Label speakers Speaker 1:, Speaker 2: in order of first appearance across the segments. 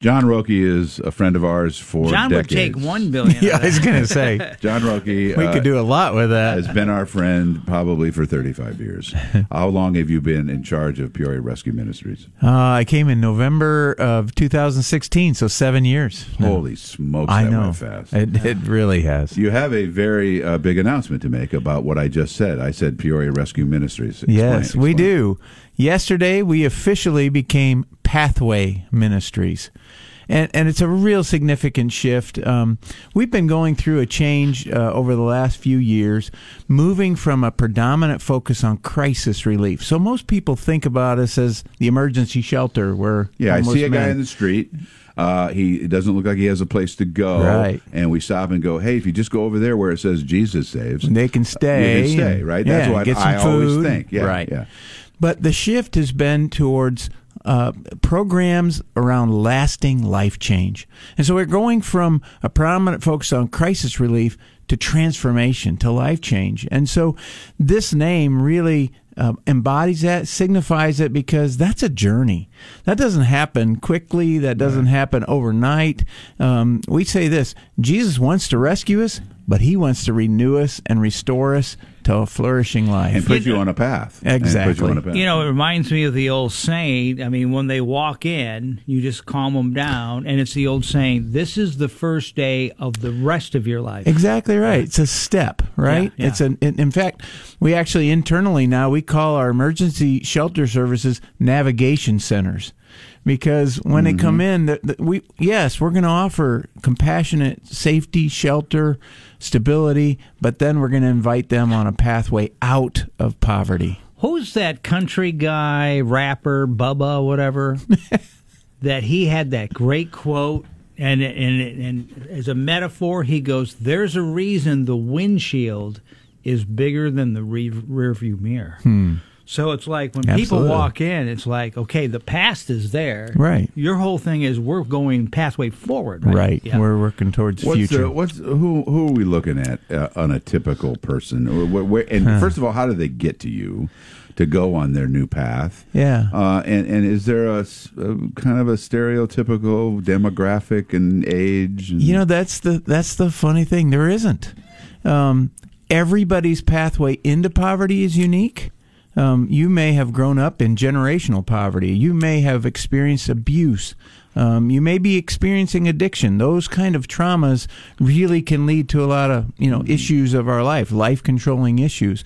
Speaker 1: John Roque is a friend of ours for
Speaker 2: John would
Speaker 1: decades.
Speaker 2: take one billion.
Speaker 3: Yeah,
Speaker 2: of
Speaker 3: I was
Speaker 2: that.
Speaker 3: gonna say
Speaker 1: John Roque we
Speaker 3: we could do a lot with that.
Speaker 1: has been our friend probably for 35 years. How long have you been in charge of Peoria Rescue Ministries?
Speaker 3: Uh, I came in November of 2016, so seven years.
Speaker 1: Holy smokes,
Speaker 3: I
Speaker 1: that
Speaker 3: know.
Speaker 1: went fast.
Speaker 3: It, it really has.
Speaker 1: you have a very uh, big announcement to make about what I just said. I said Peoria Rescue Ministries. Explain,
Speaker 3: Yes, we
Speaker 1: explain.
Speaker 3: do. Yesterday, we officially became Pathway Ministries. And, and it's a real significant shift. Um, we've been going through a change uh, over the last few years, moving from a predominant focus on crisis relief. So most people think about us as the emergency shelter where
Speaker 1: Yeah, I see a guy
Speaker 3: in
Speaker 1: in the street. Uh, he it doesn't look like he has a place to go.
Speaker 3: Right.
Speaker 1: And we stop and go, hey, if you just go over there where it says Jesus saves,
Speaker 3: And They can stay.
Speaker 1: You can stay,
Speaker 3: and-
Speaker 1: right? That's
Speaker 3: yeah,
Speaker 1: what
Speaker 3: get some
Speaker 1: I always
Speaker 3: food.
Speaker 1: think. Yeah,
Speaker 3: right.
Speaker 1: yeah.
Speaker 3: But the shift has been towards uh, programs around lasting life change. And so we're going from a prominent focus on crisis relief to transformation, to life change. And so this name really um, embodies that, signifies it, because that's a journey. That doesn't happen quickly, that doesn't happen overnight. Um, we say this Jesus wants to rescue us, but he wants to renew us and restore us to a flourishing life.
Speaker 1: and put
Speaker 2: You-
Speaker 1: you on a path. And Put you
Speaker 3: Exactly.
Speaker 1: on a path.
Speaker 2: You know, it reminds me of the old saying. I mean, when they walk in, you just calm them down, and it's the old saying: "This is the first day of the rest of your life."
Speaker 3: Exactly right. It's a step, right?
Speaker 2: Yeah, yeah.
Speaker 3: It's an. In, in fact, we actually internally now we call our emergency shelter services navigation centers, because when they
Speaker 2: Mm-hmm.
Speaker 3: come in, the, the, we yes we're going to offer compassionate safety, shelter, stability, but then we're going to invite them on a pathway out of poverty.
Speaker 2: Who's that country guy, rapper, Bubba, whatever? that he had that great quote, and and and as a metaphor, he goes, "There's a reason the windshield is bigger than the re- rearview mirror." So it's like when people
Speaker 3: Hmm. Absolutely.
Speaker 2: walk in, it's like, okay, the past is there.
Speaker 3: Right.
Speaker 2: Your whole thing is we're going pathway forward. Right.
Speaker 3: Right.
Speaker 2: Yeah.
Speaker 3: We're working towards
Speaker 1: What's
Speaker 3: future.
Speaker 1: the, what's who who are we looking at uh, on a typical person? Or where, where, and first of all, how do they get to you to go on their new path?
Speaker 3: Yeah.
Speaker 1: Uh, and and is there a, s- a kind of a stereotypical demographic and age? And,
Speaker 3: You know, that's the that's the funny thing. There isn't. Um, everybody's pathway into poverty is unique. Um, you may have grown up in generational poverty. You may have experienced abuse. Um, you may be experiencing addiction. Those kind of traumas really can lead to a lot of you know issues of our life, life controlling issues.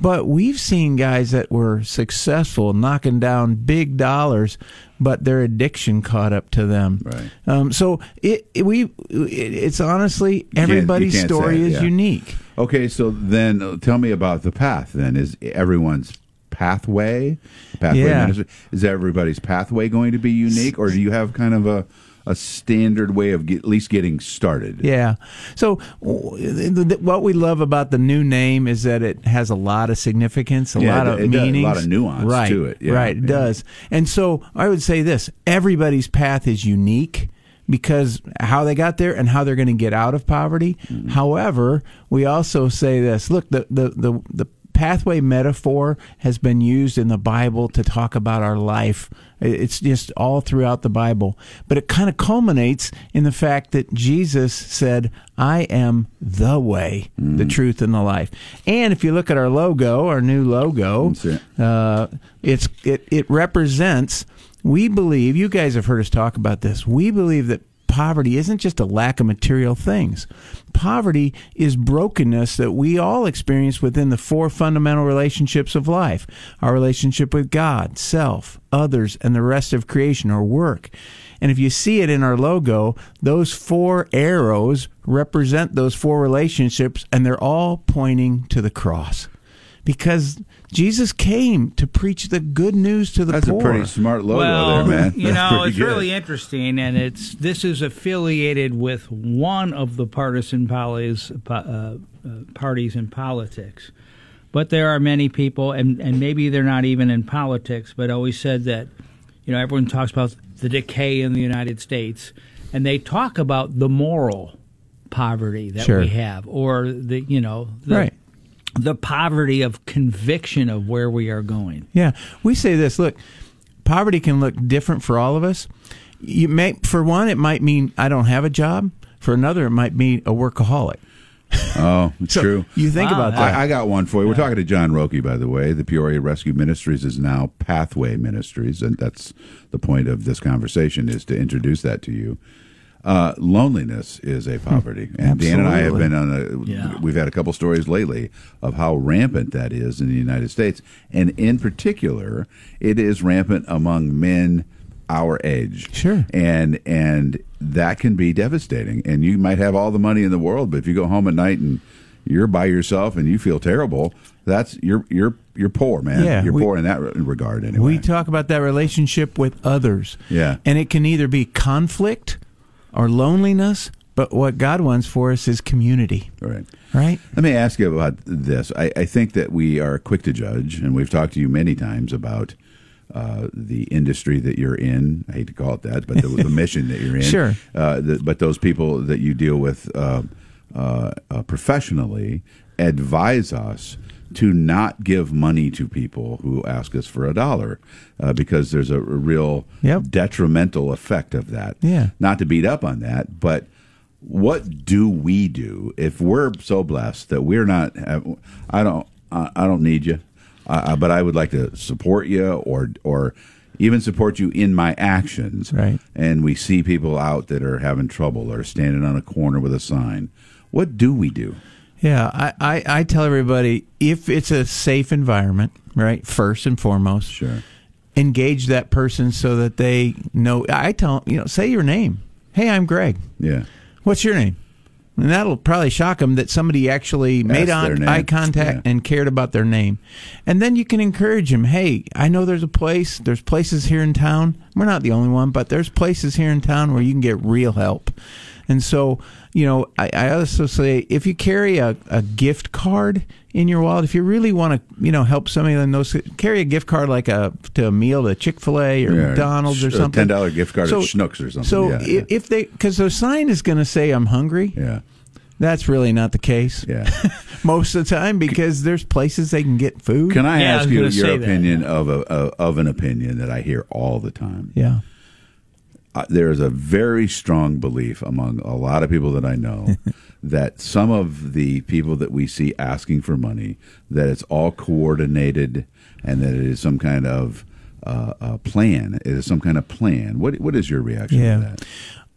Speaker 3: But we've seen guys that were successful, knocking down big dollars, but their addiction caught up to them.
Speaker 1: Right.
Speaker 3: Um, so it, it- we it, it's honestly
Speaker 1: can't- you
Speaker 3: everybody's
Speaker 1: can't say
Speaker 3: story
Speaker 1: it,
Speaker 3: is
Speaker 1: yeah.
Speaker 3: unique.
Speaker 1: okay, so then uh, tell me about the path. Then is everyone's pathway pathway
Speaker 3: Yeah.
Speaker 1: ministry, is everybody's pathway going to be unique, or do you have kind of a a standard way of get, at least getting started?
Speaker 3: Yeah. So w- th- th- what we love about the new name is that it has a lot of significance, a
Speaker 1: Yeah,
Speaker 3: lot
Speaker 1: it-
Speaker 3: of
Speaker 1: it does, a lot
Speaker 3: meanings,
Speaker 1: of nuance
Speaker 3: right,
Speaker 1: to it, yeah,
Speaker 3: right, it
Speaker 1: yeah.
Speaker 3: does. And so I would say this: everybody's path is unique because how they got there and how they're going to get out of poverty.
Speaker 1: Mm-hmm.
Speaker 3: However, we also say this: look, the the the, the pathway metaphor has been used in the Bible to talk about our life. It's just all throughout the Bible. But it kind of culminates in the fact that Jesus said, I am the way, the
Speaker 1: Mm.
Speaker 3: truth, and the life. And if you look at our logo, our new logo,
Speaker 1: That's it.
Speaker 3: uh, it's it, it represents we believe you guys have heard us talk about this we believe that poverty isn't just a lack of material things poverty is brokenness that we all experience within the four fundamental relationships of life our relationship with god self others and the rest of creation or work and if you see it in our logo those four arrows represent those four relationships and they're all pointing to the cross because Jesus came to preach the good news to the
Speaker 1: That's
Speaker 3: poor.
Speaker 1: a pretty smart logo there,
Speaker 2: well,
Speaker 1: man.
Speaker 2: you
Speaker 1: That's
Speaker 2: know,
Speaker 1: pretty
Speaker 2: it's
Speaker 1: good.
Speaker 2: really interesting, and it's this is affiliated with one of the partisan polities, po- uh, uh, parties in politics. But there are many people, and, and maybe they're not even in politics, but always said that, you know, everyone talks about the decay in the United States, and they talk about the moral poverty that
Speaker 3: Sure.
Speaker 2: we have, or the, you know, the,
Speaker 3: Right.
Speaker 2: the poverty of conviction of where we are going.
Speaker 3: Yeah. We say this look, poverty can look different for all of us. you may for one it might mean I don't have a job. For another, it might mean a workaholic.
Speaker 1: Oh, it's
Speaker 3: So
Speaker 1: true.
Speaker 3: You think
Speaker 2: Wow,
Speaker 3: about
Speaker 2: that-
Speaker 3: that.
Speaker 1: I, I got one for you. We're talking to John Roque, by the way. The Peoria Rescue Ministries is now Pathway Ministries, and that's the point of this conversation is to introduce that to you. Uh, loneliness is a poverty,
Speaker 3: Hmm.
Speaker 1: and Dan and I have been on a.
Speaker 2: Yeah.
Speaker 1: We've had a couple stories lately of how rampant that is in the United States, and in particular, it is rampant among men our age.
Speaker 3: Sure.
Speaker 1: and and that can be devastating. And you might have all the money in the world, but if you go home at night and you're by yourself and you feel terrible, that's you're you're you're poor, man.
Speaker 3: Yeah,
Speaker 1: you're
Speaker 3: we-
Speaker 1: poor in that re- regard anyway.
Speaker 3: We talk about that relationship with others.
Speaker 1: Yeah.
Speaker 3: And it can either be conflict or loneliness, but what God wants for us is community,
Speaker 1: all right.
Speaker 3: right?
Speaker 1: Let me ask you about this. I, I think that we are quick to judge, and we've talked to you many times about uh, the industry that you're in. I hate to call it that, but the, the mission that you're in.
Speaker 3: Sure.
Speaker 1: Uh, the, but those people that you deal with uh, uh, uh, professionally advise us to not give money to people who ask us for a dollar uh, because there's a real
Speaker 3: Yep.
Speaker 1: detrimental effect of that
Speaker 3: Yeah.
Speaker 1: not to beat up on that, but what do we do if we're so blessed that we're not? I don't. I I don't need you, uh, but I would like to support you, or or even support you in my actions.
Speaker 3: Right.
Speaker 1: And we see people out that are having trouble or standing on a corner with a sign. What do we do?
Speaker 3: Yeah, I, I, I tell everybody if it's a safe environment, right, first and foremost,
Speaker 1: Sure.
Speaker 3: engage that person so that they know. I tell, you know, say your name. Hey, I'm Greg.
Speaker 1: Yeah.
Speaker 3: What's your name? And that'll probably shock them that somebody actually made
Speaker 1: their
Speaker 3: on,
Speaker 1: name.
Speaker 3: eye contact
Speaker 1: Yeah.
Speaker 3: and cared about their name. And then you can encourage them. Hey, I know there's a place. There's places here in town. We're not the only one, but there's places here in town where you can get real help. And so, you know, I, I also say if you carry a, a gift card in your wallet, if you really want to, you know, help somebody in those, carry a gift card like a to a meal to Chick Fil A or
Speaker 1: Yeah,
Speaker 3: McDonald's or
Speaker 1: a
Speaker 3: something.
Speaker 1: $10 gift card at Schnucks or something,
Speaker 3: So
Speaker 1: yeah,
Speaker 3: i-
Speaker 1: yeah.
Speaker 3: if they, because the sign is going to say I'm hungry.
Speaker 1: Yeah.
Speaker 3: That's really not the case.
Speaker 1: Yeah.
Speaker 3: Most of the time, because there's places they can get food.
Speaker 1: Can I
Speaker 2: Yeah, I
Speaker 1: ask
Speaker 2: was
Speaker 1: you
Speaker 2: gonna
Speaker 1: your
Speaker 2: say that.
Speaker 1: opinion of a of, of an opinion that I hear all the time?
Speaker 3: yeah.
Speaker 1: uh, there is a very strong belief among a lot of people that I know that some of the people that we see asking for money that it's all coordinated and that it is some kind of uh, uh, plan. It is some kind of plan. What what is your reaction
Speaker 3: Yeah.
Speaker 1: to that?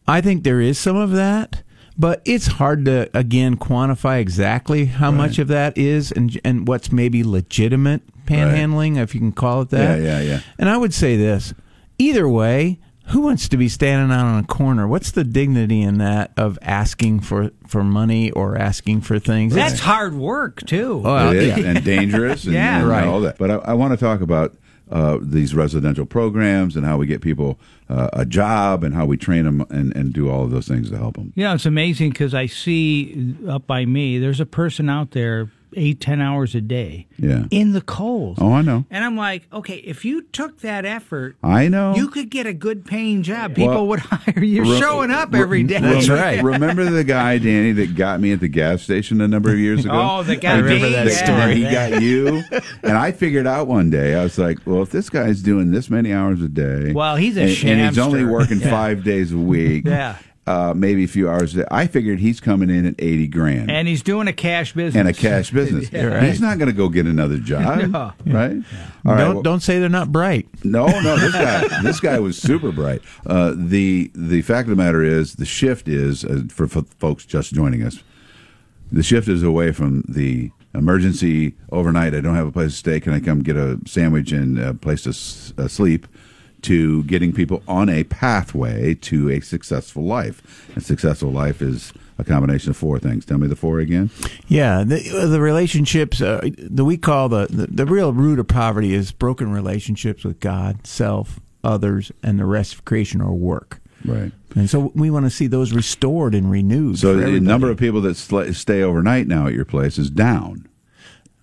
Speaker 3: I think there is some of that, but it's hard to again quantify exactly how much of that is and and what's maybe legitimate panhandling, if you can call it that.
Speaker 1: Yeah, yeah, yeah.
Speaker 3: And I would say this: either way, who wants to be standing out on a corner? What's the dignity in that of asking for for money or asking for things?
Speaker 2: That's hard work too.
Speaker 3: Oh,
Speaker 1: It
Speaker 3: yeah.
Speaker 1: is, and dangerous and,
Speaker 2: Yeah.
Speaker 1: and
Speaker 3: Right.
Speaker 1: all that. But I, I want to talk about uh, these residential programs and how we get people uh, a job and how we train them and, and do all of those things to help them.
Speaker 2: You know, it's amazing because I see up by me, there's a person out there eight, ten hours a day
Speaker 1: Yeah.
Speaker 2: in the cold.
Speaker 1: Oh, I know.
Speaker 2: And I'm like, okay, if you took that effort,
Speaker 1: I know.
Speaker 2: you could get a good paying job. People
Speaker 1: Well,
Speaker 2: would hire you. You're
Speaker 1: Re-
Speaker 2: showing up
Speaker 1: re-
Speaker 2: every day.
Speaker 3: That's
Speaker 1: remember-
Speaker 3: right.
Speaker 1: Remember the guy, Danny, that got me at the gas station a number of years ago?
Speaker 2: Oh, the guy
Speaker 1: And
Speaker 2: remember
Speaker 1: he-
Speaker 2: that
Speaker 1: and
Speaker 2: story.
Speaker 1: He got you. And I figured out one day, I was like, well, if this guy's doing this many hours a day.
Speaker 2: Well, he's a
Speaker 1: and, and he's only
Speaker 2: shamster.
Speaker 1: working
Speaker 2: Yeah.
Speaker 1: five days a week.
Speaker 2: Yeah.
Speaker 1: Uh, maybe a few hours a day. I figured he's coming in at 80 grand.
Speaker 2: And he's doing a cash business.
Speaker 1: and a cash business.
Speaker 3: right.
Speaker 1: He's not going to go get another job,
Speaker 2: No.
Speaker 1: right? All right,
Speaker 3: don't
Speaker 1: well-
Speaker 3: don't say they're not bright.
Speaker 1: no, no, this guy, this guy was super bright. Uh, the the fact of the matter is, the shift is uh, for, for folks just joining us. The shift is away from the emergency overnight. I don't have a place to stay. Can I come get a sandwich and a place to s- uh, sleep? To getting people on a pathway to a successful life. And successful life is a combination of four things. Tell me the four again.
Speaker 3: Yeah, the the relationships uh, that we call the, the the real root of poverty is broken relationships with God, self, others, and the rest of creation or work.
Speaker 1: Right.
Speaker 3: And so we want to see those restored and renewed.
Speaker 1: So
Speaker 3: for
Speaker 1: the
Speaker 3: everybody.
Speaker 1: number of people that sl- stay overnight now at your place is down.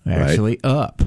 Speaker 3: actually up.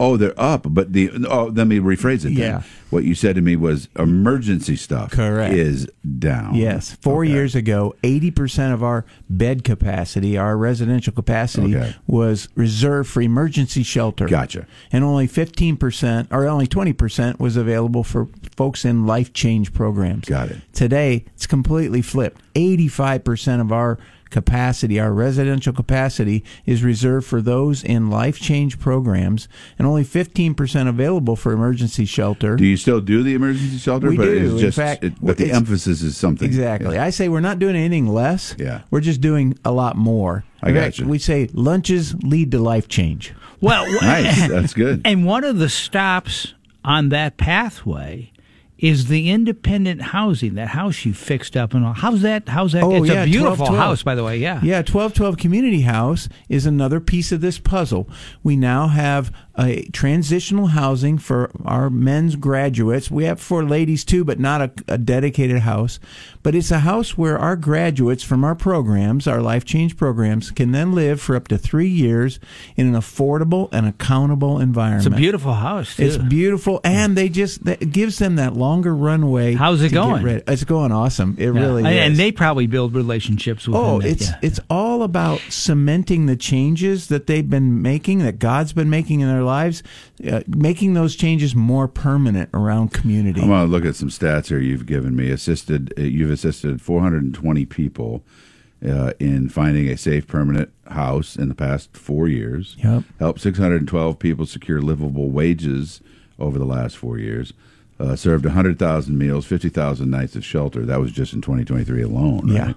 Speaker 1: Oh, they're up, but the oh, let me rephrase it. Then.
Speaker 3: Yeah.
Speaker 1: what you said to me was emergency stuff.
Speaker 3: Correct.
Speaker 1: is down.
Speaker 3: Yes, four
Speaker 1: Okay.
Speaker 3: years ago, eighty percent of our bed capacity, our residential capacity,
Speaker 1: Okay.
Speaker 3: was reserved for emergency shelter.
Speaker 1: Gotcha.
Speaker 3: And only fifteen percent, or only twenty percent, was available for folks in life change programs.
Speaker 1: Got it.
Speaker 3: Today, it's completely flipped. Eighty-five percent of our capacity, our residential capacity, is reserved for those in life change programs, and only fifteen percent available for emergency shelter.
Speaker 1: Do you still do the emergency shelter?
Speaker 3: We
Speaker 1: but
Speaker 3: do. In
Speaker 1: It's just,
Speaker 3: fact,
Speaker 1: it- but the
Speaker 3: it's-
Speaker 1: emphasis is something
Speaker 3: Exactly. I say we're not doing anything less.
Speaker 1: Yeah.
Speaker 3: We're just doing a lot more.
Speaker 1: I
Speaker 3: In
Speaker 1: got
Speaker 3: fact,
Speaker 1: you.
Speaker 3: We say lunches lead to life change.
Speaker 2: Well,
Speaker 1: Nice. That's good.
Speaker 2: And one of the stops on that pathway is the independent housing. That house you fixed up and all. How's that? How's
Speaker 1: Oh,
Speaker 2: that? it's a beautiful
Speaker 3: 1212.
Speaker 2: house, by the way. Yeah.
Speaker 3: Yeah, 1212 Community House is another piece of this puzzle. We now have a transitional housing for our men's graduates. We have for ladies too, but not a, a dedicated house. But it's a house where our graduates from our programs, our life change programs, can then live for up to three years in an affordable and accountable environment.
Speaker 2: It's a beautiful house. Too.
Speaker 3: It's beautiful, and they just that it gives them that longer runway.
Speaker 2: How's it
Speaker 3: to get
Speaker 2: going?
Speaker 3: ready. It's going awesome. It
Speaker 2: Yeah.
Speaker 3: really
Speaker 2: and,
Speaker 3: is.
Speaker 2: and they probably build relationships with.
Speaker 3: oh, it's it's all about cementing the changes that they've been making, that God's been making in their lives, uh, making those changes more permanent around community.
Speaker 1: I'm gonna look at some stats here you've given me. Assisted, uh, you've assisted 420 people uh, in finding a safe, permanent house in the past four years.
Speaker 3: Yep.
Speaker 1: Helped 612 people secure livable wages over the last four years. Uh, served 100,000 meals, 50,000 nights of shelter. That was just in 2023 alone. Right?
Speaker 3: Yeah.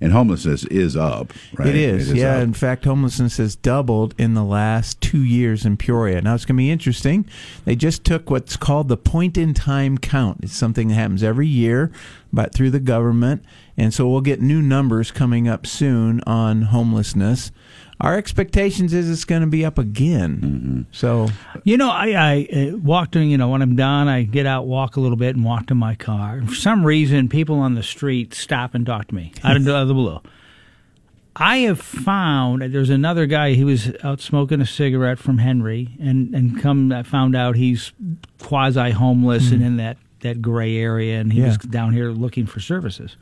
Speaker 1: And homelessness is up. Right.
Speaker 3: It is, yeah.
Speaker 1: up.
Speaker 3: In fact, homelessness has doubled in the last two years in Peoria. Now it's going to be interesting. They just took what's called the point in time count. It's something that happens every year, but through the government, and so we'll get new numbers coming up soon on homelessness. Our expectations is it's going to be up again. So
Speaker 2: You know, I, I uh, walked in, you know, when I'm done, I get out, walk a little bit, and walk to my car. And for some reason, people on the street stop and talk to me out of the, out of the blue. I have found uh, there's another guy. He was out smoking a cigarette from Henry, and and come I found out he's quasi homeless and in that that gray area, and he
Speaker 3: Hmm. Yeah.
Speaker 2: was down here looking for services.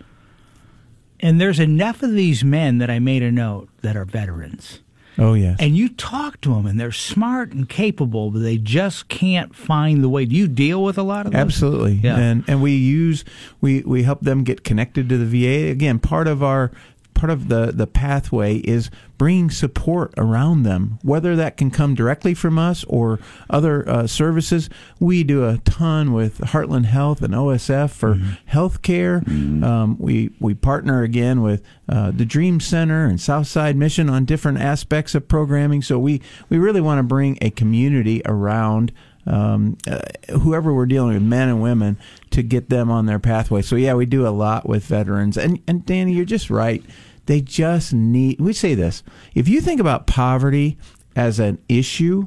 Speaker 2: And there's enough of these men that I made a note that are veterans.
Speaker 3: oh yes,
Speaker 2: And you talk to them, and they're smart and capable, but they just can't find the way. Do you deal with a lot of those?
Speaker 3: Absolutely.
Speaker 2: Yeah.
Speaker 3: And and we use we we help them get connected to the VA. Again, part of our part of the the pathway is bringing support around them, whether that can come directly from us or other uh, services. We do a ton with Heartland Health and OSF for
Speaker 2: Mm-hmm.
Speaker 3: health care. Um, we we partner again with uh, the Dream Center and Southside Mission on different aspects of programming. So we we really want to bring a community around um, uh, whoever we're dealing with, men and women, to get them on their pathway. So yeah, we do a lot with veterans. And and Danny, you're just right. They just need. We say this: if you think about poverty as an issue,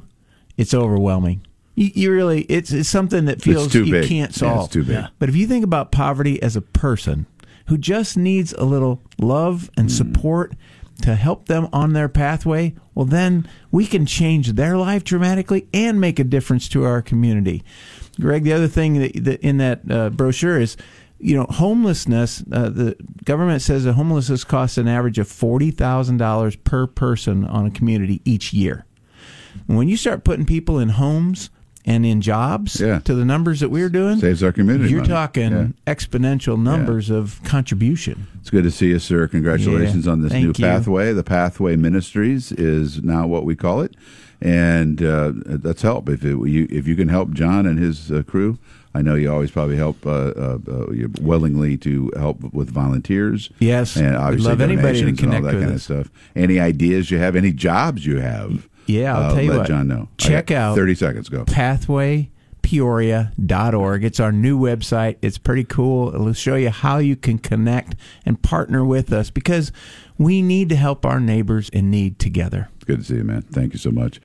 Speaker 3: it's overwhelming. You, you really, it's, it's something that feels
Speaker 1: too
Speaker 3: you
Speaker 1: big. Yeah,
Speaker 3: can't
Speaker 1: it's
Speaker 3: solve.
Speaker 1: too big. Yeah.
Speaker 3: But if you think about poverty as a person who just needs a little love
Speaker 1: Mm.
Speaker 3: and support to help them on their pathway, well, then we can change their life dramatically and make a difference to our community. Greg, the other thing that, that in that uh, brochure is, you know, homelessness. Uh, the government says that homelessness costs an average of forty thousand dollars per person on a community each year. When you start putting people in homes and in jobs
Speaker 1: Yeah.
Speaker 3: to the numbers that we're doing,
Speaker 1: Saves our community
Speaker 3: you're
Speaker 1: money.
Speaker 3: talking
Speaker 1: Yeah.
Speaker 3: exponential numbers of contribution.
Speaker 1: It's good to see you, sir. Congratulations
Speaker 3: Yeah.
Speaker 1: on this
Speaker 3: Thank
Speaker 1: new
Speaker 3: you.
Speaker 1: pathway. The Pathway Ministries is now what we call it, and uh, that's help. If it, you if you can help John and his uh, crew, I know you always probably help uh, uh, uh, you're willingly to help with volunteers.
Speaker 3: Yes.
Speaker 1: and
Speaker 3: We'd
Speaker 1: obviously
Speaker 3: love anybody to
Speaker 1: donations and all
Speaker 3: connect
Speaker 1: that
Speaker 3: with
Speaker 1: kind
Speaker 3: us.
Speaker 1: of stuff. Any ideas you have? Any jobs you have?
Speaker 3: Yeah, I'll
Speaker 1: uh,
Speaker 3: tell you
Speaker 1: let
Speaker 3: what.
Speaker 1: John know. I
Speaker 3: Check
Speaker 1: got
Speaker 3: out-
Speaker 1: thirty seconds. Go.
Speaker 3: pathwaypeoria.org. It's our new website. It's pretty cool. It'll show you how you can connect and partner with us because we need to help our neighbors in need together.
Speaker 1: It's good to see you, man. Thank you so much.